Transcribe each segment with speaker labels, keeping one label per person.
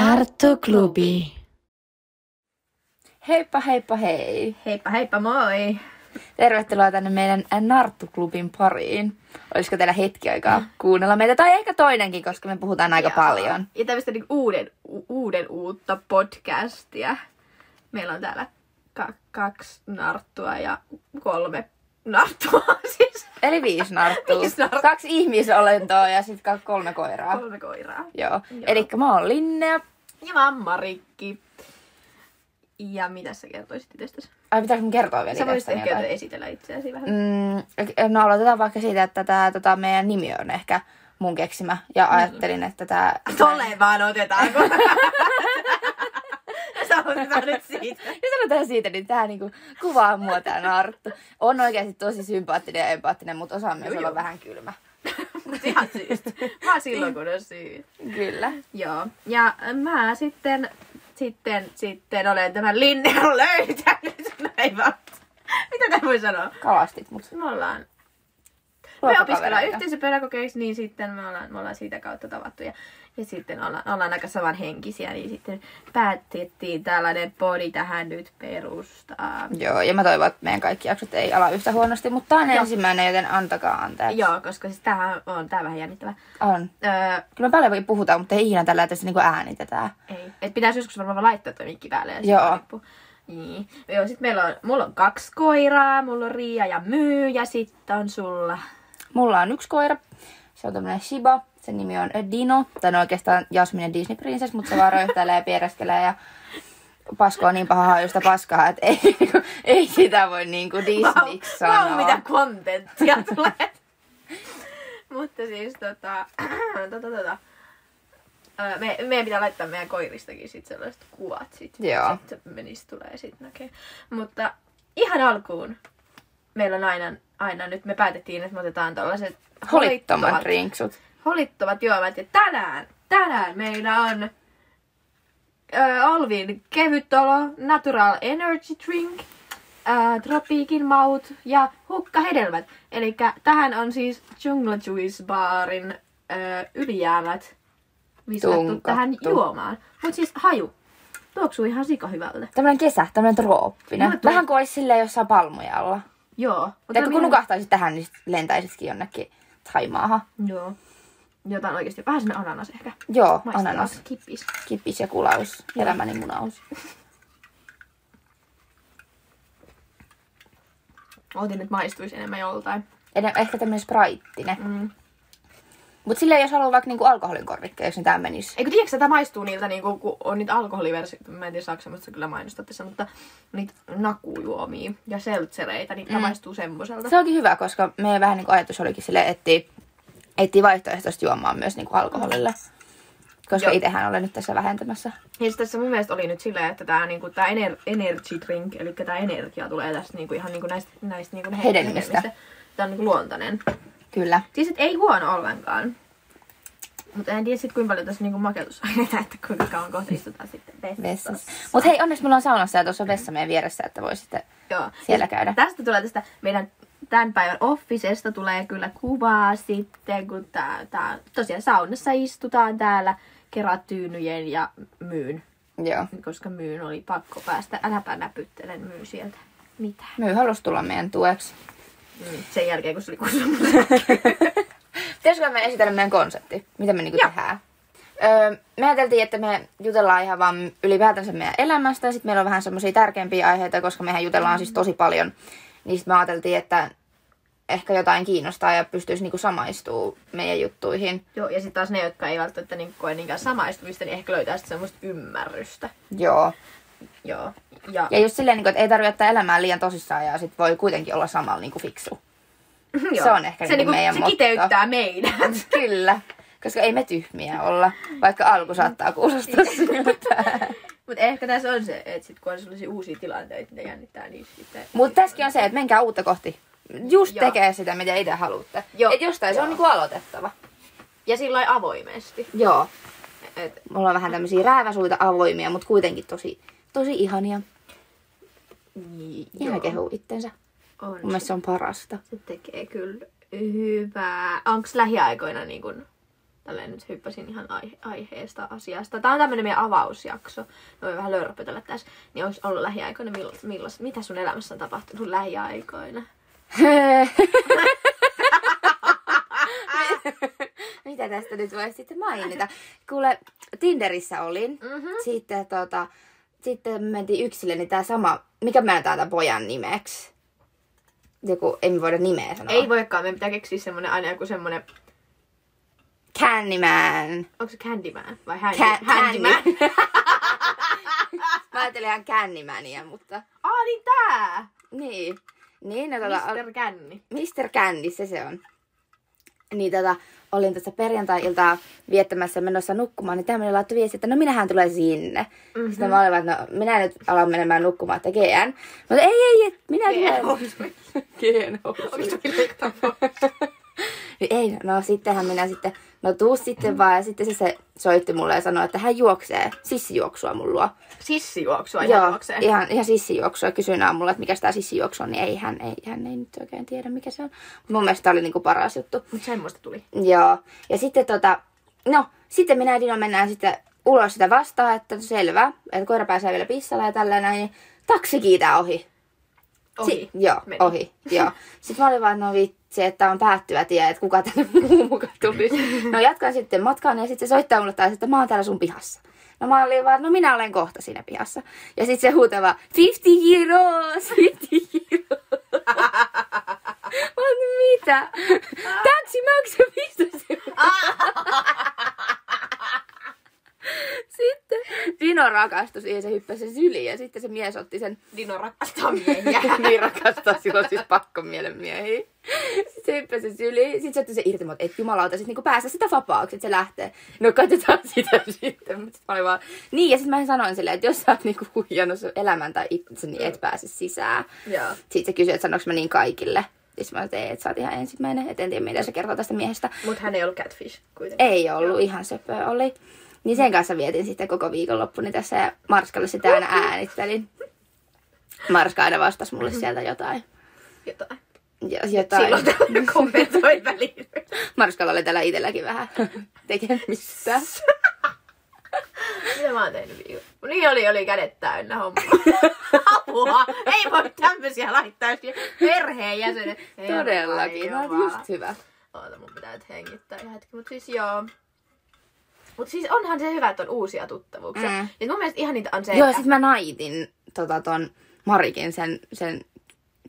Speaker 1: Narttuklubi.
Speaker 2: Heippa heippa hei.
Speaker 3: Heippa heippa moi!
Speaker 2: Tervetuloa tänne meidän Narttuklubin pariin. Olisiko teillä hetki
Speaker 3: Äh.
Speaker 2: aikaa kuunnella meitä, tai ehkä toinenkin, koska me puhutaan aika
Speaker 3: Ja-
Speaker 2: paljon.
Speaker 3: Ja tämmöistä niinku uuden, u- uuden uutta podcastia. Meillä on täällä ka- kaksi narttua ja kolme narttua siis.
Speaker 2: Eli viisi narttua.
Speaker 3: Viisi narttua.
Speaker 2: Kaksi ihmisolentoa ja sitten kolme koiraa.
Speaker 3: Kolme koiraa.
Speaker 2: Joo. Eli mä oon Linnea.
Speaker 3: Ja mä oon Marikki. Ja mitä sä kertoisit itsestäsi?
Speaker 2: Ai pitääkö mun kertoa vielä
Speaker 3: Sä voisit
Speaker 2: itsestäni
Speaker 3: ehkä
Speaker 2: jotain?
Speaker 3: jotain. esitellä itseäsi vähän.
Speaker 2: Mm, no aloitetaan vaikka siitä, että tämä tota, meidän nimi on ehkä mun keksimä. Ja
Speaker 3: Niin.
Speaker 2: ajattelin, että tämä...
Speaker 3: Tolle vaan otetaanko? sä otetaan nyt siitä.
Speaker 2: Ja sanotaan siitä, niin tämä niinku kuvaa mua tää Narttu. On oikeasti tosi sympaattinen ja empaattinen, mutta osaa myös
Speaker 3: Joo,
Speaker 2: olla
Speaker 3: joo.
Speaker 2: vähän kylmä.
Speaker 3: Mut ihan syystä. Mä oon silloin kun on syy.
Speaker 2: Kyllä.
Speaker 3: Joo. Ja mä sitten, sitten, sitten olen tämän linjan löytänyt. Näin vaan. Mitä tää voi sanoa?
Speaker 2: Kalastit mut.
Speaker 3: Me ollaan me opiskellaan
Speaker 2: Ruokakavereita.
Speaker 3: yhteisöpedagogeiksi, niin sitten me ollaan, me ollaan siitä kautta tavattu. Ja, ja sitten ollaan, ollaan aika samanhenkisiä, niin sitten päätettiin tällainen podi tähän nyt perustaa.
Speaker 2: Joo, ja mä toivon, että meidän kaikki jaksot ei ala yhtä huonosti, mutta tää on
Speaker 3: Joo.
Speaker 2: ensimmäinen, joten antakaa anteeksi.
Speaker 3: Joo, koska siis tämähän on, tää vähän jännittävä.
Speaker 2: On.
Speaker 3: Öö,
Speaker 2: Kyllä me paljon puhutaan, mutta ei ikinä tällä, että se niinku äänitetään.
Speaker 3: Ei. Et pitäisi joskus varmaan vaan laittaa toi mikki päälle. Ja sit
Speaker 2: Joo.
Speaker 3: riippuu. Niin. Joo, sit meillä on, mulla on kaksi koiraa, mulla on Riia ja Myy ja sitten on sulla.
Speaker 2: Mulla on yksi koira. Se on tämmönen Shiba. Sen nimi on Dino. Tai no oikeastaan Jasmine Disney Princess, mutta se vaan röyhtäilee ja pieräskelee ja paskoo niin pahaa hajusta paskaa, että ei, niinku, ei sitä voi niinku Disneyksi sanoa.
Speaker 3: Vau, mitä kontenttia tulee. Mutta siis tota, tota, tota. öö, Me, meidän pitää laittaa meidän koiristakin sit sellaiset kuvat sit.
Speaker 2: Joo.
Speaker 3: Sit menis tulee sit näkee. Mutta ihan alkuun meillä on aina, aina nyt me päätettiin, että me otetaan tällaiset
Speaker 2: Holittomat rinksut.
Speaker 3: holittomat juomat. Ja tänään, tänään meillä on ö, Olvin kevytolo, Natural Energy Drink, ö, Tropiikin maut ja hukkahedelmät. Eli tähän on siis Jungle Juice Barin ö, ylijäämät viskattu
Speaker 2: Tunkattu.
Speaker 3: tähän juomaan. Mutta siis haju, tuoksuu ihan sika hyvältä.
Speaker 2: Tämmönen kesä, tämmönen trooppinen.
Speaker 3: Mulle tuli-
Speaker 2: Vähän kuin olisi silleen jossain palmuja alla.
Speaker 3: Joo. Mut
Speaker 2: Tai
Speaker 3: on
Speaker 2: kun
Speaker 3: ihan-
Speaker 2: nukahtaisit tähän, niin sit lentäisitkin jonnekin Taimaahan.
Speaker 3: Joo. Jotain oikeasti. Vähän sinne ananas ehkä.
Speaker 2: Joo,
Speaker 3: Maistellaan.
Speaker 2: ananas,
Speaker 3: Kippis.
Speaker 2: kippis ja kulaus, elämäni munaus.
Speaker 3: Ootin, että maistuisi enemmän joltain.
Speaker 2: Enem- Ehkä tämmönen spraittinen.
Speaker 3: Mm.
Speaker 2: Mut silleen, jos haluaa vaikka niinku alkoholin korvikkeeksi, niin tää menisi.
Speaker 3: Eikö tiedätkö, tämä maistuu niiltä, niinku, kun on niitä alkoholiversioita, mä en tiedä saako semmoista kyllä mainostaa tässä, mutta niitä nakujuomia ja seltsereitä, niin tämä
Speaker 2: Mm.
Speaker 3: maistuu semmoiselta.
Speaker 2: Se onkin hyvä, koska meidän vähän niinku ajatus olikin sille, etsiä, etsiä vaihtoehtoista juomaa myös niinku alkoholille. Koska
Speaker 3: Joo.
Speaker 2: itsehän olen nyt tässä vähentämässä.
Speaker 3: Ja sit tässä mun mielestä oli nyt silleen, että tämä niinku, tää ener- energy drink, eli tämä energia tulee tästä niinku, ihan niinku näistä, näistä niinku he-
Speaker 2: Hedelmistä.
Speaker 3: Tämä on niinku luontainen.
Speaker 2: Kyllä.
Speaker 3: Siis et ei huono ollenkaan. Mutta en tiedä sitten kuinka paljon tässä niinku makeutusaineita, että kuinka kauan kohta istutaan sitten vessassa.
Speaker 2: Vessassa. Mut hei, onneksi mulla on saunassa ja tuossa on vessa meidän vieressä, että voi sitten
Speaker 3: Joo.
Speaker 2: siellä käydä.
Speaker 3: Tästä tulee tästä meidän tämän päivän officesta tulee kyllä kuvaa sitten, kun tää, tää, tosiaan saunassa istutaan täällä kerätyynyjen ja myyn,
Speaker 2: Joo.
Speaker 3: koska myyn oli pakko päästä. Äläpä näpyttelen myyn sieltä. Mitä?
Speaker 2: Myy halusi tulla meidän tueksi.
Speaker 3: Mm. Sen jälkeen, kun se oli kutsunut.
Speaker 2: Pitäisikö me esitellä meidän konsepti? Mitä me niinku
Speaker 3: Joo.
Speaker 2: tehdään? Öö, me ajateltiin, että me jutellaan ihan vaan ylipäätänsä meidän elämästä ja sitten meillä on vähän semmoisia tärkeimpiä aiheita, koska mehän jutellaan siis tosi paljon. Niin sitten me ajateltiin, että ehkä jotain kiinnostaa ja pystyisi niinku samaistuu meidän juttuihin.
Speaker 3: Joo, ja sitten taas ne, jotka ei välttämättä niin koe niinkään samaistumista, niin ehkä löytää sitten semmoista ymmärrystä.
Speaker 2: Joo.
Speaker 3: Joo. Ja,
Speaker 2: Ja just silleen, niinku, että ei tarvitse ottaa elämää liian tosissaan ja sitten voi kuitenkin olla samalla niinku fiksu.
Speaker 3: joo.
Speaker 2: se on ehkä
Speaker 3: se,
Speaker 2: niinku
Speaker 3: niinku,
Speaker 2: meidän
Speaker 3: se
Speaker 2: motto.
Speaker 3: kiteyttää meidät.
Speaker 2: Kyllä. Koska ei me tyhmiä olla, vaikka alku saattaa kuulostaa siltä.
Speaker 3: Mutta ehkä tässä on se, että sit kun on sellaisia uusia tilanteita, mitä jännittää, niin sitten...
Speaker 2: Mutta tässäkin on se, että menkää uutta kohti. Just
Speaker 3: Joo.
Speaker 2: tekee sitä, mitä itse haluatte.
Speaker 3: Joo.
Speaker 2: Et jostain se on
Speaker 3: Joo.
Speaker 2: niinku aloitettava.
Speaker 3: Ja sillä avoimesti.
Speaker 2: Joo.
Speaker 3: Et,
Speaker 2: Mulla on vähän tämmöisiä rääväsuita avoimia, mutta kuitenkin tosi, tosi ihania.
Speaker 3: niin,
Speaker 2: Ihan Joo. kehuu itsensä.
Speaker 3: On.
Speaker 2: Mun mielestä se on parasta.
Speaker 3: Se tekee kyllä hyvää. Onko lähiaikoina niin kun Tälleen nyt hyppäsin ihan aihe- aiheesta asiasta. Tämä on tämmöinen meidän avausjakso. Me voi vähän lörpötellä tässä. Niin olisi ollut lähiaikoina, millas, millas, mitä sun elämässä on tapahtunut lähiaikoina?
Speaker 2: Mitä tästä nyt voisi sitten mainita? Kuule, Tinderissä olin.
Speaker 3: Mhm.
Speaker 2: Sitten, tota, sitten mentiin yksille, niin tämä sama, mikä mä tämän pojan nimeksi? Joku, ei me voida nimeä sanoa.
Speaker 3: Ei voikaan, meidän pitää keksiä semmonen aina joku semmonen,
Speaker 2: Candyman.
Speaker 3: onko se Candyman vai Handy,
Speaker 2: Ca-
Speaker 3: Handyman?
Speaker 2: Candy. Mä ajattelin ihan Candymania, mutta...
Speaker 3: Aa niin tää!
Speaker 2: Niin. Niin, no, tota, ol-
Speaker 3: Mr. Candy.
Speaker 2: Mr. Candy, se se on. Niin tota, olin tässä perjantai-iltaa viettämässä menossa nukkumaan, niin tämmöinen laittoi viesti, että no minähän tulen sinne. Mm-hmm. Sitten mä olin, vaan, että no minä nyt alan menemään nukkumaan, että GN. Mutta ei, ei, ei, minä tulen. GN niin ei, no sittenhän minä sitten, no tuu sitten vaan. Ja sitten se, se soitti mulle ja sanoi, että hän juoksee, sissijuoksua mun luo.
Speaker 3: Sissijuoksua ihan juokseen.
Speaker 2: ihan, ihan sissijuoksua. Ja Kysyin aamulla, että mikä tämä sissijuoksu on, niin ei hän, ei, hän ei nyt oikein tiedä, mikä se on. Mut Mun mielestä tämä oli niinku paras juttu.
Speaker 3: Mut semmoista tuli.
Speaker 2: Joo. Ja sitten tota, no, sitten minä ja Dino mennään sitten ulos sitä vastaan, että selvä, että koira pääsee vielä pissalla ja tällä näin, niin taksi kiitää ohi.
Speaker 3: Ohi.
Speaker 2: Si- joo,
Speaker 3: Meni.
Speaker 2: ohi. Joo. Sitten mä olin vaan, no vitsi, että tää on päättyvä tie, että kuka tänne muu muka tulisi. No jatkan sitten matkaan ja sitten se soittaa mulle taas, että mä oon täällä sun pihassa. No mä olin vaan, no minä olen kohta siinä pihassa. Ja sitten se huutaa vaan, 50 euros, 50 euros. Mä olin, mitä? Taksi maksaa 15 euroa. Sitten Dino rakastui siihen, se hyppäsi sen syliin ja sitten se mies otti sen
Speaker 3: Dino rakastaa miehiä.
Speaker 2: niin rakastaa silloin siis pakkomielen miehiä. Sitten se hyppäsi syliin, sitten se otti se irti, mutta et jumalauta, sitten niinku päästä sitä vapaaksi, että se lähtee. No katsotaan sitä sitten, mutta sit mä olin vaan... Niin, ja sitten mä sanoin silleen, että jos sä oot niinku huijannut sun elämän tai itsensä, niin et pääse sisään.
Speaker 3: Joo.
Speaker 2: Sitten se kysyi, että sanoinko mä niin kaikille. Sitten mä sanoin, että sä oot ihan ensimmäinen, et en tiedä mitä se kertoo tästä miehestä.
Speaker 3: Mut hän ei ollut catfish kuitenkin.
Speaker 2: Ei ollut, ihan söpö oli. Niin sen kanssa vietin sitten koko viikonloppuni tässä ja Marskalle sitä aina äänittelin. Marska aina vastasi mulle sieltä jotain.
Speaker 3: Jotain.
Speaker 2: Jo,
Speaker 3: Silloin
Speaker 2: jotain.
Speaker 3: tällöin kommentoi väliin.
Speaker 2: Marskalla oli täällä itselläkin vähän tekemistä.
Speaker 3: Mitä mä oon tehnyt viikolla? Niin oli, oli kädet täynnä homma. Apua! Ei voi tämmöisiä laittaa siihen perheenjäsenet. Herra
Speaker 2: Todellakin, no
Speaker 3: Jumala.
Speaker 2: just hyvä.
Speaker 3: Oota, mun pitää nyt hengittää ihan hetki. Mut siis joo. Mut siis onhan se hyvä, että on uusia tuttavuuksia.
Speaker 2: Mm.
Speaker 3: Mm. Niin mun mielestä ihan niitä on se,
Speaker 2: Joo, ja
Speaker 3: että...
Speaker 2: sit mä naitin tota ton Marikin sen, sen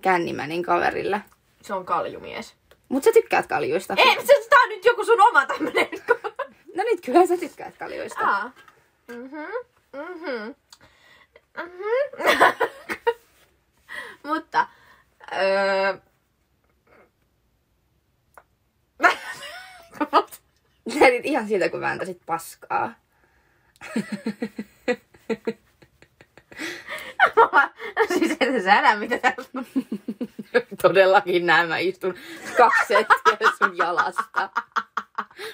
Speaker 2: kännimänin kaverille.
Speaker 3: se on kaljumies.
Speaker 2: Mut sä tykkäät kaljuista.
Speaker 3: Ei, se, tää on nyt joku sun oma tämmönen.
Speaker 2: No nyt kyllä sä tykkäät kaljuista.
Speaker 3: Aa. Mhm. Mhm. Mhm. Mutta... Öö...
Speaker 2: Näytit ihan siltä, kun vääntäsit paskaa.
Speaker 3: siis et sä näe, mitä täällä on.
Speaker 2: Todellakin näin mä istun kaksi settiä sun jalasta.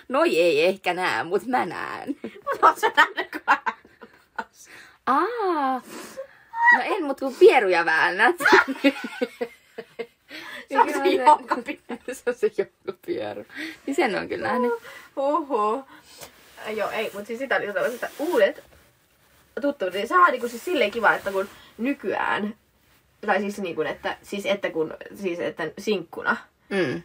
Speaker 2: Noi ei ehkä näe, mut mä näen.
Speaker 3: Oot sä nähnyt, kun mä-
Speaker 2: Aa. No en, mut kun pieruja väännät.
Speaker 3: Se on se jonka pitää.
Speaker 2: se on se joku pieru. Niin sen on kyllä nähnyt.
Speaker 3: Huhhuh. Äh, Joo, ei, mutta siis sitä oli sellaista, että uudet tuttavat, niin sehän on niinku siis silleen kiva, että kun nykyään, tai siis niin kuin, että, siis että kun, siis että sinkkuna,
Speaker 2: Mm.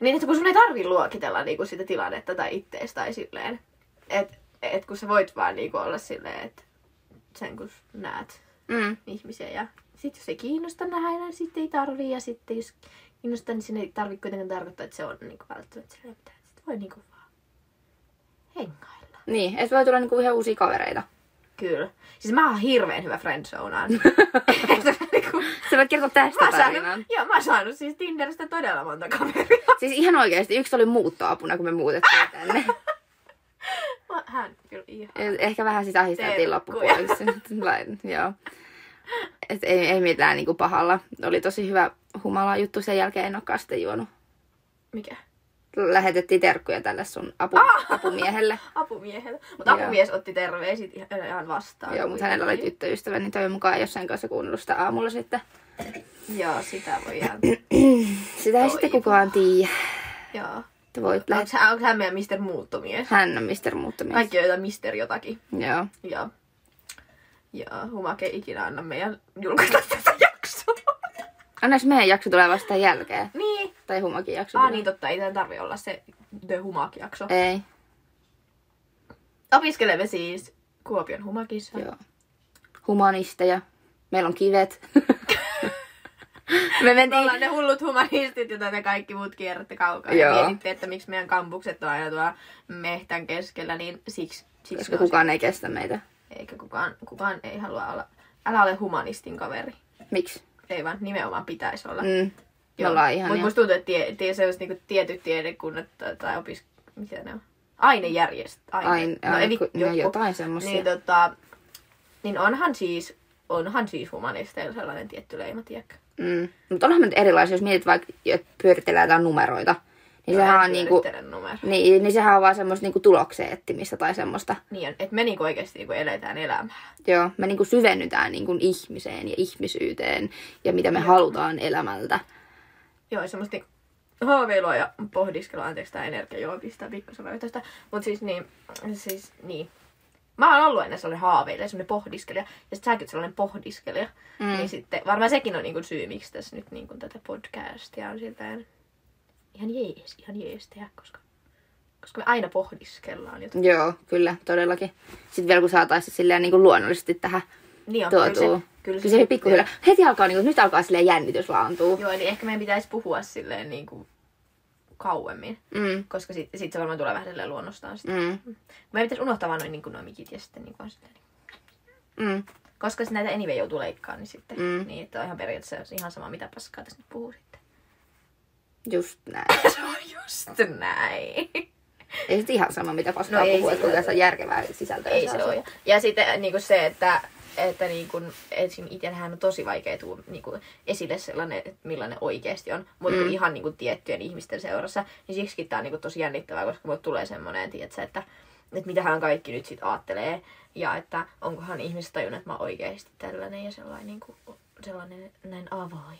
Speaker 3: niin että kun sun ei tarvi luokitella niinku sitä tilannetta tai ittees tai silleen, että et kun sä voit vaan niinku olla silleen, että sen kun näet
Speaker 2: Mm.
Speaker 3: ihmisiä ja sitten jos ei kiinnosta nähdä, niin sitten ei tarvii ja sitten jos kiinnostaa, niin sen ei tarvitse kuitenkaan tarkoittaa, että se on niinku välttämättä silleen mitään. Sitten voi niinku vaan hengailla.
Speaker 2: Niin, et voi tulla niinku ihan uusia kavereita.
Speaker 3: Kyllä. Siis mä oon hirveen hyvä friendzonaan.
Speaker 2: Sä voit kertoa tästä
Speaker 3: mä, oon
Speaker 2: tarinan.
Speaker 3: saanut, joo, mä oon saanut siis Tinderistä todella monta kaveria.
Speaker 2: Siis ihan oikeesti, yksi oli muuttoapuna, kun me muutettiin tänne.
Speaker 3: Mä- Hän kyllä ihan.
Speaker 2: Ehkä vähän sitä ahisteltiin
Speaker 3: Terkkuja.
Speaker 2: loppupuoliksi. Vain, Joo. Et ei, ei mitään niinku pahalla. Oli tosi hyvä humala juttu. Sen jälkeen en olekaan sitten juonut.
Speaker 3: Mikä?
Speaker 2: Lähetettiin terkkuja tälle sun apu,
Speaker 3: Ah!
Speaker 2: apumiehelle.
Speaker 3: Apumiehellä. Mutta
Speaker 2: Joo.
Speaker 3: apumies otti terveisit ihan, ihan vastaan.
Speaker 2: Joo, mutta hänellä oli tyttöystävä, niin toivon mukaan jossain kanssa kuunnellut sitä aamulla sitten.
Speaker 3: Joo, sitä voi ihan.
Speaker 2: Sitä ei sitten kukaan tiedä.
Speaker 3: joo.
Speaker 2: Sitten voit
Speaker 3: Onko
Speaker 2: lähteä.
Speaker 3: hän, onko hän meidän Mr. Muuttomies?
Speaker 2: Hän on Mr. Muuttomies.
Speaker 3: Kaikki on jotain Mr. jotakin.
Speaker 2: Joo.
Speaker 3: Ja, ja Humake ei ikinä anna meidän julkaista tätä jaksoa.
Speaker 2: Onneksi meidän jakso tulee vasta tämän jälkeen.
Speaker 3: niin.
Speaker 2: Tai humakin jakso.
Speaker 3: Ah
Speaker 2: tulee.
Speaker 3: niin totta, ei tämän tarvi olla se The Humak-jakso.
Speaker 2: Ei.
Speaker 3: Opiskelemme siis Kuopion Humakissa.
Speaker 2: Joo. Humanisteja. Meillä on kivet. me
Speaker 3: Me
Speaker 2: mentiin...
Speaker 3: ollaan ne hullut humanistit, joita te kaikki muut kierrätte kaukaa.
Speaker 2: Joo.
Speaker 3: Ja mietitte, että miksi meidän kampukset on aina tuolla mehtän keskellä, niin siksi. siksi
Speaker 2: Koska
Speaker 3: ne on
Speaker 2: kukaan ei kestä meitä.
Speaker 3: se- Eikä kukaan, kukaan ei halua olla. Älä ole humanistin kaveri.
Speaker 2: Miksi?
Speaker 3: Ei vaan nimenomaan pitäisi olla.
Speaker 2: Mm. Me ollaan
Speaker 3: Mutta
Speaker 2: ihania.
Speaker 3: musta tuntuu, että tie, tie, sellaiset niinku tietyt tiedekunnat tai, tai opis... Mitä ne on? Ainejärjest. Aine.
Speaker 2: Ain, ain,
Speaker 3: eli
Speaker 2: no, no
Speaker 3: joku-
Speaker 2: jotain semmosia.
Speaker 3: Niin, tota, niin onhan siis, onhan siis humanisteilla sellainen tietty leima, tiedätkö?
Speaker 2: Mm. Mutta onhan me nyt erilaisia, jos mietit vaikka, että pyöritellään jotain numeroita. Niin sehän,
Speaker 3: Mä
Speaker 2: on
Speaker 3: en
Speaker 2: niinku,
Speaker 3: pyörittele numeroa.
Speaker 2: niin, niin sehän on vaan semmoista niinku tulokseen etsimistä tai semmoista.
Speaker 3: Niin, että me niinku oikeasti niinku eletään elämää.
Speaker 2: Joo, me niinku syvennytään niinku ihmiseen ja ihmisyyteen ja mitä me halutaan elämältä.
Speaker 3: Joo, semmoista niinku haaveilua ja pohdiskelua. Anteeksi, tää energia joo pistää pikkusen yhteystä. Mut siis niin, siis niin. Mä oon ollut ennen sellainen haaveilija, sellainen pohdiskelija. Ja sit säkin oot sellainen pohdiskelija. Mm. Niin sitten varmaan sekin on niinku syy, miksi tässä nyt niinku tätä podcastia on silleen ihan jees, ihan jees tehdä, koska, koska me aina pohdiskellaan jotain.
Speaker 2: Joo, kyllä, todellakin. Sitten vielä kun saataisiin silleen niinku luonnollisesti tähän
Speaker 3: Niin on,
Speaker 2: tuotua. Kyllä se, Mm. kyllä se, pikkuhiljaa. Heti alkaa, niinku, nyt alkaa silleen jännitys laantua.
Speaker 3: Joo, eli ehkä meidän pitäisi puhua silleen niin kuin kauemmin,
Speaker 2: Mm,
Speaker 3: koska sit, sit se varmaan tulee vähän silleen luonnostaan sitä.
Speaker 2: mm,
Speaker 3: Meidän pitäisi unohtaa vaan noin niin noi mikit ja sitten niin kuin on silleen.
Speaker 2: mm.
Speaker 3: Koska sit näitä anyway joutuu leikkaamaan, niin sitten
Speaker 2: Mm.
Speaker 3: mm. niin, että on ihan periaatteessa ihan sama, mitä paskaa tässä nyt puhuu sitten.
Speaker 2: Just näin.
Speaker 3: se on just näin.
Speaker 2: Ei sit ihan sama, mitä paskaa
Speaker 3: No
Speaker 2: no,
Speaker 3: ei
Speaker 2: puhuu, että
Speaker 3: sillä
Speaker 2: kuinka se on järkevää sisältöä.
Speaker 3: Ei se ole. Ja sitten niin kuin se, että että niin kun, esim. itsellähän on tosi vaikea tulla niin kun, esille sellainen, että millainen oikeasti on, mutta mm. ihan niin kun, tiettyjen ihmisten seurassa, niin siksikin tämä on niin kun, tosi jännittävää, koska mulle tulee semmoinen, tietsä, että, että mitähän kaikki nyt sitten ajattelee, ja että onkohan ihmiset tajunnut, että mä oon oikeasti tällainen ja sellainen, niin kun, sellainen näin avoin.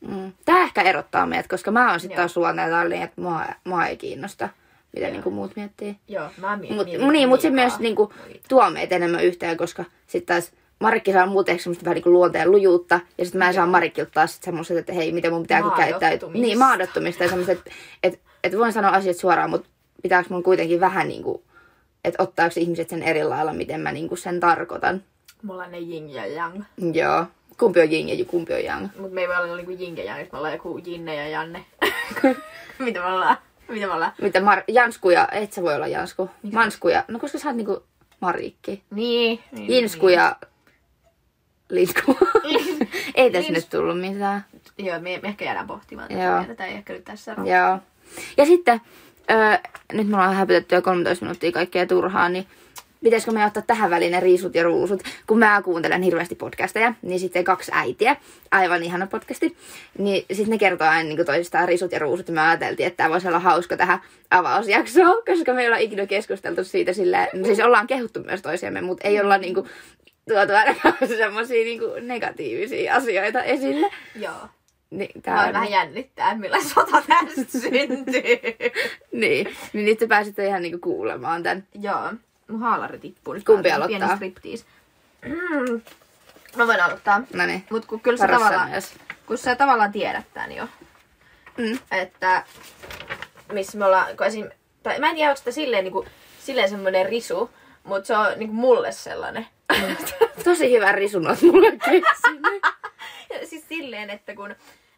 Speaker 2: Mm. Tämä ehkä erottaa meidät, koska mä oon sitten
Speaker 3: Joo.
Speaker 2: taas suoneen tallin, että mua, mua ei kiinnosta, mitä niinku muut miettii.
Speaker 3: Joo, mä mie-
Speaker 2: Mut,
Speaker 3: mietin
Speaker 2: niin, mutta se
Speaker 3: liikaa
Speaker 2: myös niinku,
Speaker 3: muita.
Speaker 2: tuo meitä enemmän yhteen, koska sitten taas Marikki saa muuten ehkä semmoista vähän niinku luonteen lujuutta, ja sitten mä en saa Marikilta taas sit semmoiset, että hei, miten mun pitääkin käyttäytyä.
Speaker 3: Maadottumista.
Speaker 2: Niin, maadottumista ja semmoiset, että et, et voin sanoa asiat suoraan, mutta pitääkö mun kuitenkin vähän niinku, että ottaako ihmiset sen eri lailla, miten mä niinku sen tarkoitan.
Speaker 3: Mulla on ne jing ja yang.
Speaker 2: Joo. Kumpi on jing ja kumpi on yang.
Speaker 3: Mut me ei voi olla niinku Jink ja Janne, me ollaan joku Jinne ja Janne. Mitä me ollaan? Mitä me ollaan?
Speaker 2: Mitä Mar- Jansku ja, et sä voi olla Jansku. Mansku ja, no koska sä oot niinku Marikki.
Speaker 3: Niin. niin
Speaker 2: Jinsku ja Linsku. Ei tässä
Speaker 3: Lins-
Speaker 2: nyt tullut mitään.
Speaker 3: niin. Joo, me, me ehkä jäädään pohtimaan
Speaker 2: Joo.
Speaker 3: tätä vielä. Tätä ei ehkä nyt tässä ole.
Speaker 2: Joo. Ja sitten, öö, nyt me ollaan häpytetty jo 13 minuuttia kaikkea turhaa, niin pitäisikö me ottaa tähän väliin ne riisut ja ruusut? Kun mä kuuntelen hirveästi podcasteja, niin sitten kaksi äitiä, aivan ihana podcasti, niin sitten ne kertoo aina niin toisistaan riisut ja ruusut, ja me ajateltiin, että tämä voisi olla hauska tähän avausjaksoon, koska me ei olla ikinä keskusteltu siitä sillä, no siis ollaan kehuttu myös toisiamme, mutta ei olla niin kuin, tuotu ainakaan semmoisia niin negatiivisia asioita esille.
Speaker 3: Joo.
Speaker 2: Niin,
Speaker 3: Mä oon vähän jännittää, millä sota tästä syntyy.
Speaker 2: Niin, niin nyt te pääsitte ihan niinku kuulemaan tämän.
Speaker 3: Joo. Mun haalari tippuu nyt.
Speaker 2: Kumpi
Speaker 3: Tää on
Speaker 2: aloittaa?
Speaker 3: Pieni striptease. Mm. Mä voin aloittaa.
Speaker 2: No niin,
Speaker 3: Mut kun kyllä sä
Speaker 2: paras
Speaker 3: tavallaan,
Speaker 2: sanojas.
Speaker 3: kun sä tavallaan tiedät tän jo.
Speaker 2: Mm.
Speaker 3: Että missä me ollaan, kun esim, tai mä en tiedä, onko sitä silleen, niin kuin, silleen semmoinen risu, mutta se on niin kuin mulle sellainen.
Speaker 2: Tosi hyvä risunot mulle keksin.
Speaker 3: siis silleen, että kun,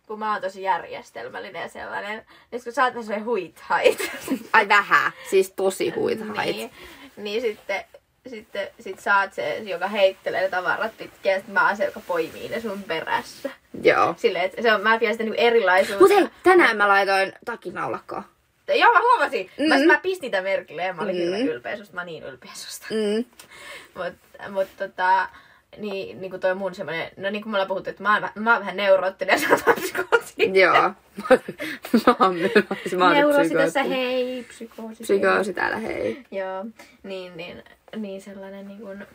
Speaker 3: kun mä oon tosi järjestelmällinen ja sellainen, niin kun sä oot vähän semmoinen huit hait.
Speaker 2: Ai vähän, siis tosi huit hait.
Speaker 3: niin, niin sitten, sitten sit sä oot se, joka heittelee ne tavarat pitkään, ja sitten mä oon se, joka poimii ne sun perässä.
Speaker 2: Joo.
Speaker 3: Silleen, että se on, mä pidän sitä niinku erilaisuutta.
Speaker 2: Mut hei, tänään mä laitoin takinnallakkoa.
Speaker 3: Joo, mä huomasin. Mm. Mä,
Speaker 2: Mm.
Speaker 3: mä pistin tämän merkille ja mä olin
Speaker 2: Mm.
Speaker 3: mm. hirveän ylpeä susta. Mä oon niin ylpeä susta.
Speaker 2: Mm.
Speaker 3: Mut, mut tota, niin, niin kuin toi mun semmonen, no niin kuin me ollaan puhuttu, että mä oon, vä- mä oon vähän neuroottinen ja sä oot psykootti.
Speaker 2: Joo. mä oon myös, mä oon
Speaker 3: Neuroosi
Speaker 2: psykootti.
Speaker 3: tässä, hei, psykoosi.
Speaker 2: Psykoosi täällä, hei.
Speaker 3: Joo, niin, niin, niinku- niin sellainen niin kuin,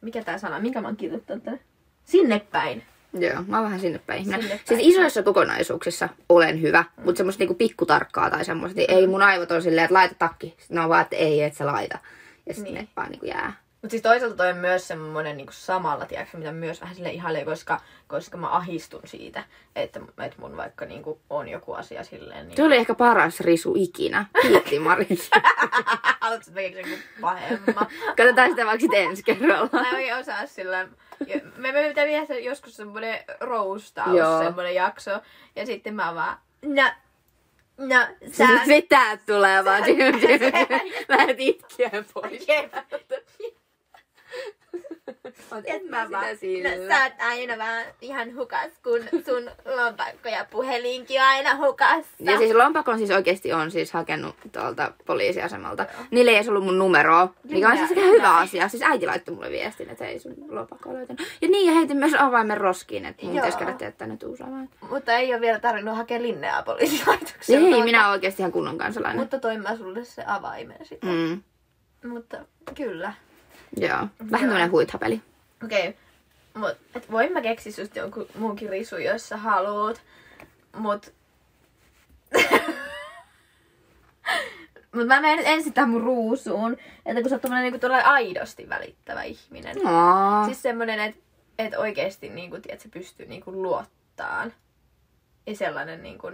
Speaker 3: mikä tää sana, minkä mä oon kirjoittanut tänne? Sinne päin.
Speaker 2: Joo, mä oon vähän sinne päin. Sinne
Speaker 4: Sinne
Speaker 2: Siis isoissa kokonaisuuksissa olen hyvä, mutta semmoista niinku pikkutarkkaa tai semmoista, niin ei mun aivot on silleen, että laita takki. Sitten ne on vaan, että ei, et sä laita. Ja sitten
Speaker 4: Niin.
Speaker 2: ne vaan niinku jää.
Speaker 3: Mutta siis toisaalta toi on myös semmoinen niinku samalla, tiedätkö, mitä myös vähän sille ihailee, koska, koska mä ahistun siitä, että, että mun vaikka niinku on joku asia silleen. Niin...
Speaker 2: Se oli ehkä paras risu ikinä. Kiitti Mari.
Speaker 3: Haluatko, että mä keksin joku pahemman?
Speaker 2: Katsotaan sitä vaikka sitten ensi kerralla.
Speaker 3: Mä en oikein osaa sillä. ja- Me, me pitää vielä se- joskus semmonen
Speaker 2: Joo.
Speaker 3: roustaus, semmonen jakso. Ja sitten mä vaan, no, no, sä...
Speaker 2: Siis Vetää tulee vaan. Lähdet itkeä pois.
Speaker 3: Jep.
Speaker 2: Et mä sitä
Speaker 3: No,
Speaker 2: sillä.
Speaker 3: sä oot aina vaan ihan hukas, kun sun lompakko ja puhelinkin on aina hukassa.
Speaker 2: Ja siis lompakon siis oikeasti on siis hakenut tuolta poliisiasemalta. Niille ei edes ollut mun numeroa, mikä on siis
Speaker 3: Mitä?
Speaker 2: ihan hyvä asia. Siis äiti laittoi mulle viestin, että ei sun lompakkoa löytänyt. Ja niin, ja heitin myös avaimen roskiin, että mun
Speaker 3: Joo.
Speaker 2: pitäisi käydä teettää nyt uusi avain.
Speaker 3: Mutta ei ole vielä tarvinnut hakea linnea poliisilaitoksella.
Speaker 2: Ei, Niin, minä oon oikeasti ihan kunnon kansalainen.
Speaker 3: Mutta toin mä sulle se avaimen sitten.
Speaker 2: Mm,
Speaker 3: Mutta kyllä.
Speaker 2: joo, vähän tämmönen huithapeli.
Speaker 3: Okei. Okay. Mut, et voin mä keksiä susta jonkun muunkin risu, jos sä haluut. Mut... Mut mä menen nyt ensin tähän mun ruusuun. Että kun sä oot tommonen niinku todella aidosti välittävä ihminen.
Speaker 2: No. Aa,
Speaker 3: Siis semmonen, että et oikeesti niinku, tiedät, se pystyy niinku luottaan. Ja sellainen niinku,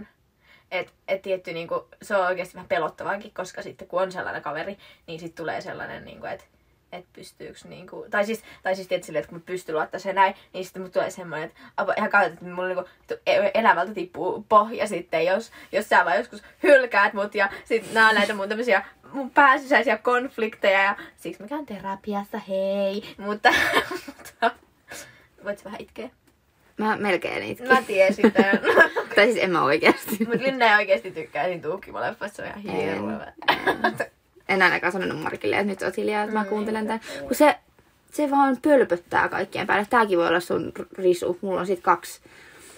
Speaker 3: että et tietty niinku, se on oikeesti vähän pelottavaakin, koska sitten kun on sellainen kaveri, niin sitten tulee sellainen niinku, että että pystyykö niinku, tai siis, tai siis tietysti silleen, että kun mä pystyn luottaa se näin, niin sitten mut tulee semmoinen, että apua, ihan kautta, että mulla niinku, tu- e- elämältä tippuu pohja sitten, jos, jos sä vaan joskus hylkäät mut, ja sit nää on näitä mun tämmösiä mun pääsisäisiä konflikteja, ja siksi mä käyn terapiassa, hei, mutta, mutta voit sä vähän itkeä?
Speaker 2: mä melkein itkin.
Speaker 3: Mä tiesin tämän.
Speaker 2: Tai siis en mä oikeasti.
Speaker 3: mut Linna ei oikeesti tykkää siinä tuukkimoleffassa, se on ihan
Speaker 2: En.
Speaker 3: hirveä.
Speaker 2: En ainakaan sanonut Markille, että nyt oot hiljaa, että mä kuuntelen tän. Kun se, se vaan pölpöttää kaikkien päälle. Tääkin voi olla sun risu. Mulla on sit kaksi.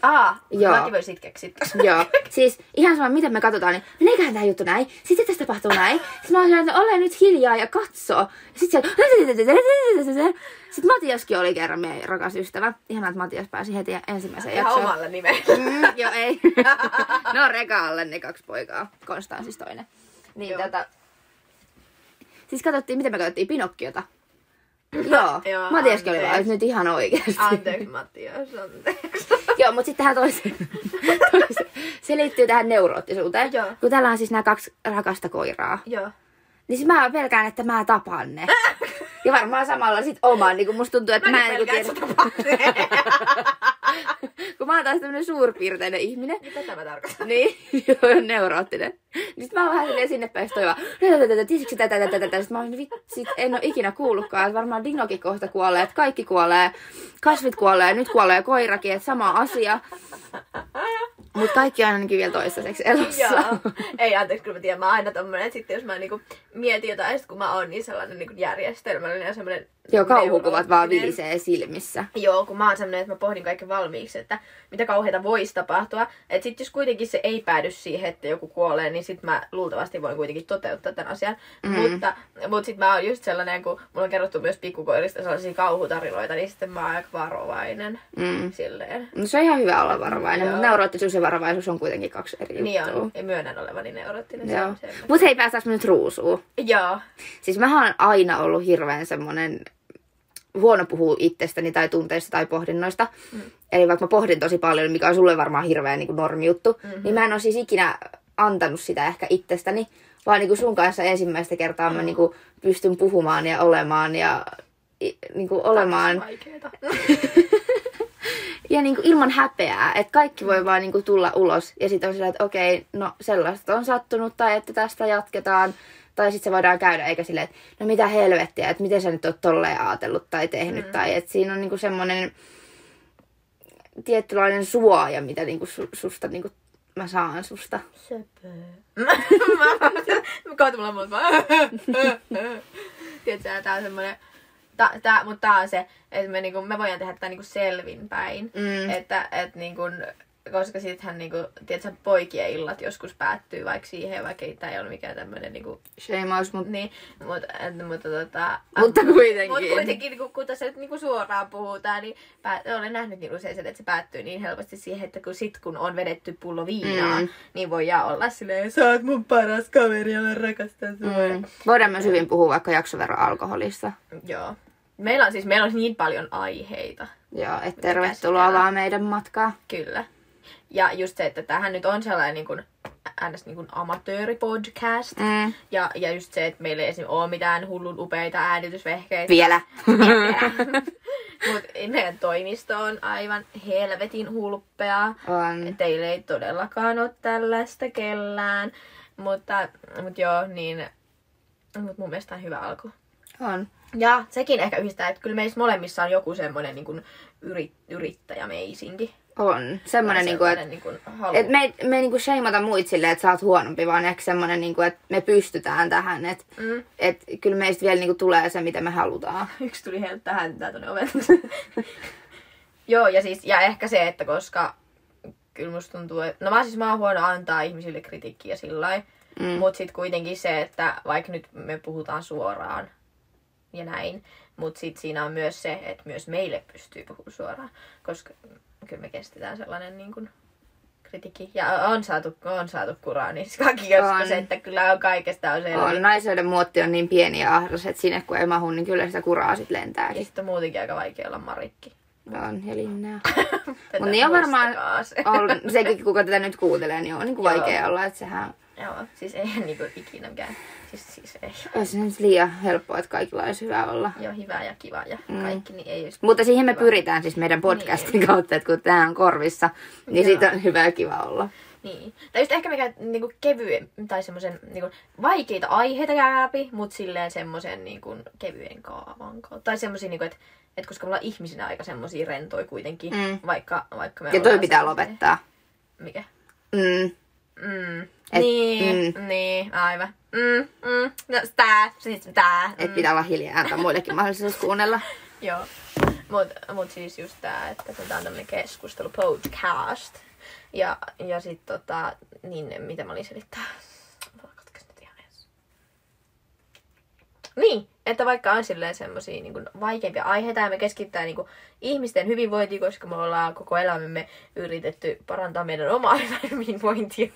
Speaker 3: Aa,
Speaker 2: Joo.
Speaker 3: mäkin voisin itkeä sit.
Speaker 2: Joo. Siis ihan sama, miten me katsotaan, niin meneeköhän tämä juttu näin, sitten tässä tapahtuu näin. Sitten mä oon sellainen, että ole nyt hiljaa ja katso. Sitten se... Sitten Matiaskin oli kerran meidän rakas ystävä. Ihanaa, että Matias pääsi heti ensimmäiseen
Speaker 3: Ihan
Speaker 2: jaksoon.
Speaker 3: omalla nimellä.
Speaker 2: Mm, joo, ei. ne on rekaalle ne kaksi poikaa. Konsta on siis toinen. Niin
Speaker 3: Joo.
Speaker 2: tota... Siis katsottiin, miten me katsottiin Pinokkiota. Joo.
Speaker 3: Joo,
Speaker 2: Matiaskin oli vaan, että
Speaker 3: anteeksi.
Speaker 2: nyt ihan oikeesti.
Speaker 3: Anteeksi Mattias, anteeksi.
Speaker 2: Joo, mutta sitten tähän toiseen. toiseen. Se liittyy tähän neuroottisuuteen.
Speaker 3: Joo.
Speaker 2: Kun täällä on siis nämä kaksi rakasta koiraa.
Speaker 3: Joo.
Speaker 2: Niin siis mä pelkään, että mä tapaan ne. Ja varmaan samalla sit oman, niin kun musta tuntuu, että mä, en niin tiedä, kun mä oon taas tämmönen suurpiirteinen ihminen,
Speaker 3: Tätä mä tarkoitan.
Speaker 2: Niin, joo, neuroottinen. Sitten mä oon vähän silleen sinne päin, sit toi vaan, tätä, tätä, tiesitkö sä tätä, tätä, tätä. Sitten mä oon, vitsit, en oo ikinä kuullutkaan, että varmaan dinokin kohta kuolee, että kaikki kuolee, kasvit kuolee, nyt kuolee koirakin, että sama asia. Mutta kaikki on ainakin vielä toistaiseksi elossa.
Speaker 3: Joo. Ei, anteeksi, kyllä mä tiedän, mä oon aina tommonen, että sitten jos mä niinku mietin jotain, sit kun mä oon niin sellainen niinku järjestelmällinen ja semmoinen...
Speaker 2: Joo, kauhukuvat vaan
Speaker 3: neuroottinen.
Speaker 2: vilisee silmissä.
Speaker 3: Joo, kun mä oon semmoinen, että mä pohdin kaiken valmiiksi, että mitä kauheita voisi tapahtua. Että sit jos kuitenkin se ei päädy siihen, että joku kuolee, niin sit mä luultavasti voin kuitenkin toteuttaa tämän asian. Mm.
Speaker 2: Mm-hmm.
Speaker 3: Mutta mut sit mä oon just sellainen, kun mulla on kerrottu myös pikkukoirista sellaisia kauhutarinoita, niin sitten mä oon aika varovainen
Speaker 2: Mm.
Speaker 3: silleen.
Speaker 2: No se on ihan hyvä olla varovainen,
Speaker 3: Joo.
Speaker 2: mutta neuroottisuus ja varovaisuus on kuitenkin kaksi eri
Speaker 3: Niin
Speaker 2: juttua.
Speaker 3: on, ja myönnän olevani neuroottinen. se
Speaker 2: Joo.
Speaker 3: on semmoinen.
Speaker 2: Mutta hei, päästään nyt ruusuun.
Speaker 3: Joo.
Speaker 2: Siis mä oon aina ollut hirveän semmonen huono puhua itsestäni tai tunteista tai pohdinnoista. Mm. Eli vaikka mä pohdin tosi paljon, mikä on sulle varmaan hirveä niin normijuttu, mm-hmm. niin mä en ole siis ikinä antanut sitä ehkä itsestäni, vaan niin kuin sun kanssa ensimmäistä kertaa mä niin kuin pystyn puhumaan ja olemaan ja niin kuin olemaan
Speaker 3: Vaikeeta.
Speaker 2: ja niin kuin ilman häpeää, että kaikki voi vaan niin kuin tulla ulos ja sitten on sillä, että okei, no sellaista on sattunut tai että tästä jatketaan. Tai sitten se voidaan käydä, eikä silleen, että no mitä helvettiä, että miten sä nyt oot tolleen ajatellut tai tehnyt. Mm. Tai että siinä on niin kuin semmoinen tietynlainen suoja, mitä niin kuin su- susta niin kuin mä saan susta.
Speaker 3: Söpö. mä kohta mulla on muut vaan. Tiedätkö, tää on semmonen... Tää, tää, mutta tää on se, että me, niinku, me voidaan tehdä tää niinku selvinpäin.
Speaker 2: Mm.
Speaker 3: Että et, niinku, koska sittenhän niinku, tiedätkö, poikien illat joskus päättyy vaikka siihen, vaikka ei, tää ei ole mikään tämmöinen niinku,
Speaker 2: Shame us, mutta...
Speaker 3: niin, mut, et, mutta tota,
Speaker 2: Mutta kuitenkin.
Speaker 3: Mutta kuitenkin, niinku, kun tässä nyt niinku suoraan puhutaan, niin pää, olen nähnyt niin usein sen, että se päättyy niin helposti siihen, että kun sit kun on vedetty pullo viinaa,
Speaker 2: Mm.
Speaker 3: mm. niin voi olla silleen, sä oot mun paras kaveri ja mä rakastan sua.
Speaker 2: Mm. Voidaan myös hyvin puhua vaikka jakson verran alkoholista.
Speaker 3: Joo. Meillä on siis meillä on niin paljon aiheita,
Speaker 2: Joo, et tervetuloa vaan meidän matkaa.
Speaker 3: kyllä. Ja just se, että tämähän nyt on sellainen niin kuin, ns. Niin kuin amatööripodcast.
Speaker 2: Mm.
Speaker 3: Ja, ja just se, että meillä ei esimerkiksi ole mitään hullun upeita äänitysvehkeitä.
Speaker 2: Vielä.
Speaker 3: Mutta meidän toimisto on aivan helvetin hulppea.
Speaker 2: On.
Speaker 3: Teille ei todellakaan ole tällaista kellään. Mutta, mutta joo, niin mut mun mielestä on hyvä alku.
Speaker 2: On.
Speaker 3: Ja sekin ehkä yhdistää, että kyllä meissä molemmissa on joku semmoinen niin kuin yrit, yrittäjämeisinki.
Speaker 2: On. Semmoinen, niinku, että
Speaker 3: Sellainen niin kuin halu.
Speaker 2: et me, ei- me ei niinku shameata muit silleen, että sä oot huonompi, vaan ehkä semmoinen, niinku, että me pystytään tähän. Että
Speaker 3: Mm.
Speaker 2: et, kyllä meistä vielä niinku, tulee se, mitä me halutaan.
Speaker 3: Yksi tuli helttää häntää tuonne oven. Joo, ja, siis, ja ehkä se, että koska kyllä musta tuntuu, että no mä siis mä oon huono antaa ihmisille kritiikkiä sillä lailla, mm. mutta sitten kuitenkin se, että vaikka nyt me puhutaan suoraan ja näin, mutta sitten siinä on myös se, että myös meille pystyy puhumaan suoraan, koska kyllä me kestetään sellainen niin kuin kritiikki. Ja on saatu, on saatu kuraa niskakin joskus,
Speaker 2: On.
Speaker 3: että kyllä on kaikesta on selvä.
Speaker 2: On. Naiseuden muotti on niin pieni ja ahdas, että sinne kun ei mahu, niin kyllä sitä kuraa sit
Speaker 3: Ja
Speaker 2: lentääkin.
Speaker 3: sitten on muutenkin aika vaikea olla marikki.
Speaker 2: On, ja linnaa.
Speaker 3: Tätä
Speaker 2: Mut niin on varmaan-
Speaker 3: muistakaa se.
Speaker 2: On, sekin, kuka tätä nyt kuuntelee, niin on niinku
Speaker 3: Joo.
Speaker 2: vaikea olla, että sehän
Speaker 3: Joo, siis eihän niinku ikinä mikään. Siis, siis ei.
Speaker 2: olisi nyt liian helppoa, että kaikilla olisi hyvä olla.
Speaker 3: Joo, hyvää ja kivaa ja kaikki, niin ei just...
Speaker 2: Mm. Mutta siihen me pyritään siis meidän
Speaker 3: Niin.
Speaker 2: podcastin kautta, että kun tämä on korvissa, niin siitä on hyvä ja kiva olla.
Speaker 3: Niin. Tai just ehkä mikä niinku kevyen, tai semmoisen niinku vaikeita aiheita käy läpi, mut silleen semmoisen niinku kevyen kaavan kautta. Tai semmosia niinku, että et koska me ollaan ihmisinä aika semmosia rentoja kuitenkin,
Speaker 2: Mm.
Speaker 3: mm. vaikka, vaikka me
Speaker 2: Ja toi
Speaker 3: ollaan
Speaker 2: pitää
Speaker 3: semmosia-
Speaker 2: lopettaa.
Speaker 3: Mikä?
Speaker 2: Mm.
Speaker 3: Mm.
Speaker 2: Et-
Speaker 3: Et, niin, mm. niin, aivan. Mm, mm. No, tää, siis tää.
Speaker 2: Että pitää olla hiljaa, antaa muillekin mahdollisuus kuunnella.
Speaker 3: Joo. Mut, mut siis just tää, että kun tää on tämmönen keskustelu podcast. Ja, ja sit tota, niin mitä mä olin selittää? Mä katkes nyt ihan ensin. Niin, että vaikka on silleen semmosia niin kuin vaikeampia aiheita ja me keskittää niin kuin ihmisten hyvinvointiin, koska me ollaan koko elämämme yritetty parantaa meidän omaa hyvinvointia.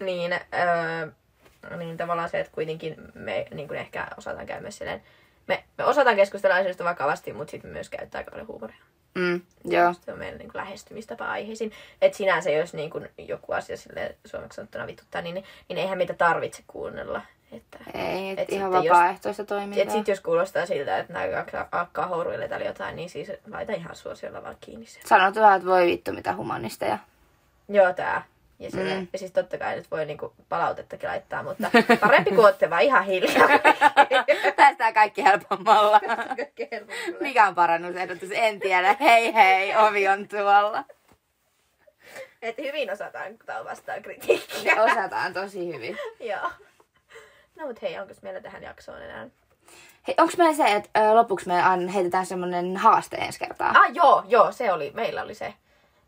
Speaker 3: niin, öö, niin tavallaan se, että kuitenkin me niin kuin ehkä osataan käydä myös silleen, me, me osataan keskustella asioista vakavasti, mutta sitten me myös käyttää aika paljon huumoria.
Speaker 2: Mm. Joo.
Speaker 3: Se on meidän niin kuin, lähestymistapa aiheisiin. Että sinänsä, jos niin kuin, joku asia sille suomeksi sanottuna vituttaa, niin, niin eihän meitä tarvitse kuunnella. Että,
Speaker 2: Ei, et
Speaker 3: Et
Speaker 2: ihan
Speaker 3: sitten jos-
Speaker 2: vapaaehtoista
Speaker 3: et
Speaker 2: toimintaa.
Speaker 3: sit jos kuulostaa siltä, että nämä kaksi akkaa houruille täällä jotain, niin siis laita ihan suosiolla vaan kiinni se.
Speaker 2: Sanotaan, että voi vittu mitä humanisteja.
Speaker 3: Joo, tää. Ja, sille,
Speaker 2: Mm.
Speaker 3: mm. ja siis totta kai nyt voi niinku palautettakin laittaa, mutta parempi kuin ootte vaan ihan hiljaa.
Speaker 2: Päästään kaikki helpommalla.
Speaker 3: Kerro.
Speaker 2: Mikä on parannusehdotus? En tiedä. Hei hei, ovi on tuolla.
Speaker 3: Et hyvin osataan ottaa vastaan kritiikkiä.
Speaker 2: Osataan tosi hyvin.
Speaker 3: Joo. No mut hei, onko meillä tähän jaksoon enää?
Speaker 2: Hei, onks meillä se, että ö, lopuksi me aina heitetään semmonen haaste ensi kertaa?
Speaker 3: Ah joo, joo, se oli, meillä oli se.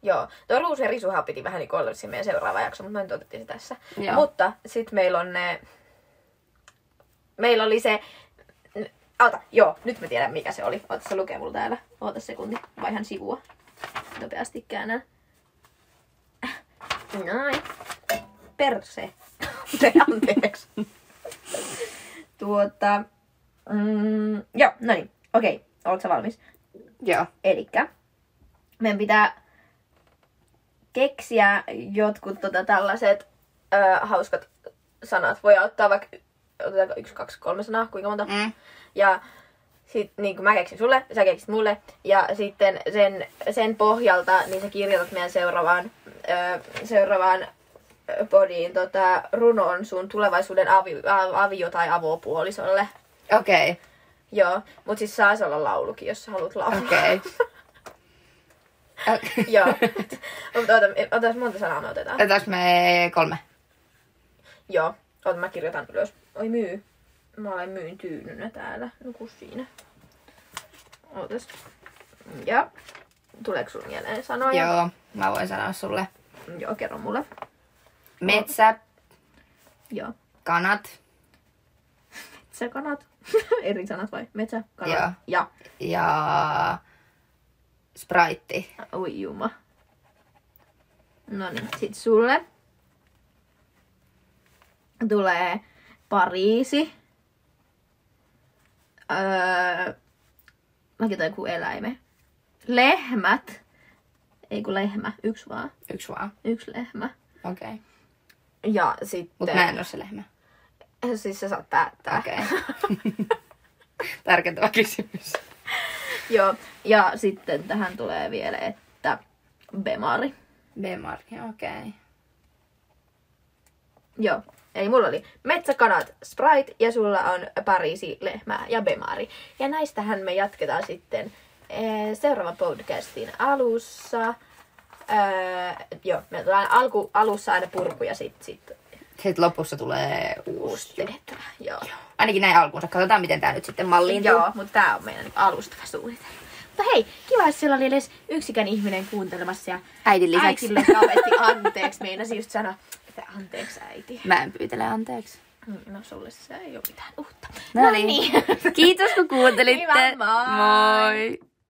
Speaker 3: Joo, tuo ruusu ja risuhan piti vähän niin olla se meidän seuraava jakso, mutta me nyt otettiin se tässä.
Speaker 2: Joo.
Speaker 3: Joo. Mutta sitten meillä on ne... Meillä oli se... n- Ota, joo, nyt mä tiedän mikä se oli. Ota se lukee mulla täällä. Oota sekunti, vaihan sivua. Nopeasti käännän. Noin. Perse. Anteeksi. tuota... Mm, joo, no niin. Okei, okay. ootko sä valmis?
Speaker 2: Joo.
Speaker 3: Elikkä meidän pitää keksiä jotkut tota, tällaiset ö, hauskat sanat. Voi ottaa vaikka y- otetaanko yksi, kaksi, kolme sanaa, kuinka monta.
Speaker 2: Mm.
Speaker 3: Ja sit, niin kuin mä keksin sulle, sä keksit mulle. Ja sitten sen, sen pohjalta niin sä kirjoitat meidän seuraavaan, ö, seuraavaan ö, podiin tota, runon sun tulevaisuuden avi, a- avio- tai avopuolisolle.
Speaker 2: Okei. Okay.
Speaker 3: Joo, mut siis saa se olla laulukin, jos sä haluat laulaa.
Speaker 2: Okei. Okay.
Speaker 3: Joo. Mutta ota, ota, monta sanaa me otetaan.
Speaker 2: Otas me kolme.
Speaker 3: Joo. Ota, mä kirjoitan ylös. Oi myy. Mä olen myyn tyynynä täällä. Nuku siinä. Ootas. Ja. Tuleeko sun mieleen sanoja?
Speaker 2: Joo, mä voin sanoa sulle.
Speaker 3: Joo, kerro mulle.
Speaker 2: Metsä,
Speaker 3: Joo.
Speaker 2: kanat
Speaker 3: Metsäkanat. Eri sanat vai? Metsäkanat.
Speaker 2: Joo.
Speaker 3: Ja.
Speaker 2: ja spraitti.
Speaker 3: Oi juma. No niin, sit sulle tulee Pariisi. Öö, mäkin joku eläime. Lehmät. Ei kun lehmä, yksi vaan.
Speaker 2: Yksi vaan.
Speaker 3: Yksi lehmä.
Speaker 2: Okei. Okay.
Speaker 3: Ja sitten...
Speaker 2: Mutta mä en ole se lehmä.
Speaker 3: Siis sä saat päättää.
Speaker 2: Okei. Okay. Tarkentava kysymys.
Speaker 3: Joo. Ja sitten tähän tulee vielä, että Bemari.
Speaker 2: Bemari, okei. Okay.
Speaker 3: Joo. Eli mulla oli metsäkanat, Sprite ja sulla on Pariisi, lehmä ja Bemari. Ja näistähän me jatketaan sitten eh, seuraavan podcastin alussa. Öö, joo, me tullaan alku, alussa aina purku ja sit, sit
Speaker 2: Sitten lopussa tulee uusi.
Speaker 3: tehtävä. Joo.
Speaker 2: Ainakin näin alkuunsa. Katsotaan, miten tämä nyt sitten malliin
Speaker 3: Joo, mutta tää on meidän niinku alustava suunnitelma. Mutta hei, kiva, jos siellä oli edes yksikään ihminen kuuntelemassa ja
Speaker 2: Äidin lisäksi.
Speaker 3: äitille kauheasti anteeksi. Meinasin just sanoa, että anteeksi äiti.
Speaker 2: Mä en pyytele anteeksi.
Speaker 3: Mm, No sulle se ei ole mitään uutta. No
Speaker 2: niin.
Speaker 3: niin.
Speaker 2: No niin. Kiitos kun kuuntelitte.
Speaker 3: Hyvä, moi.
Speaker 2: moi.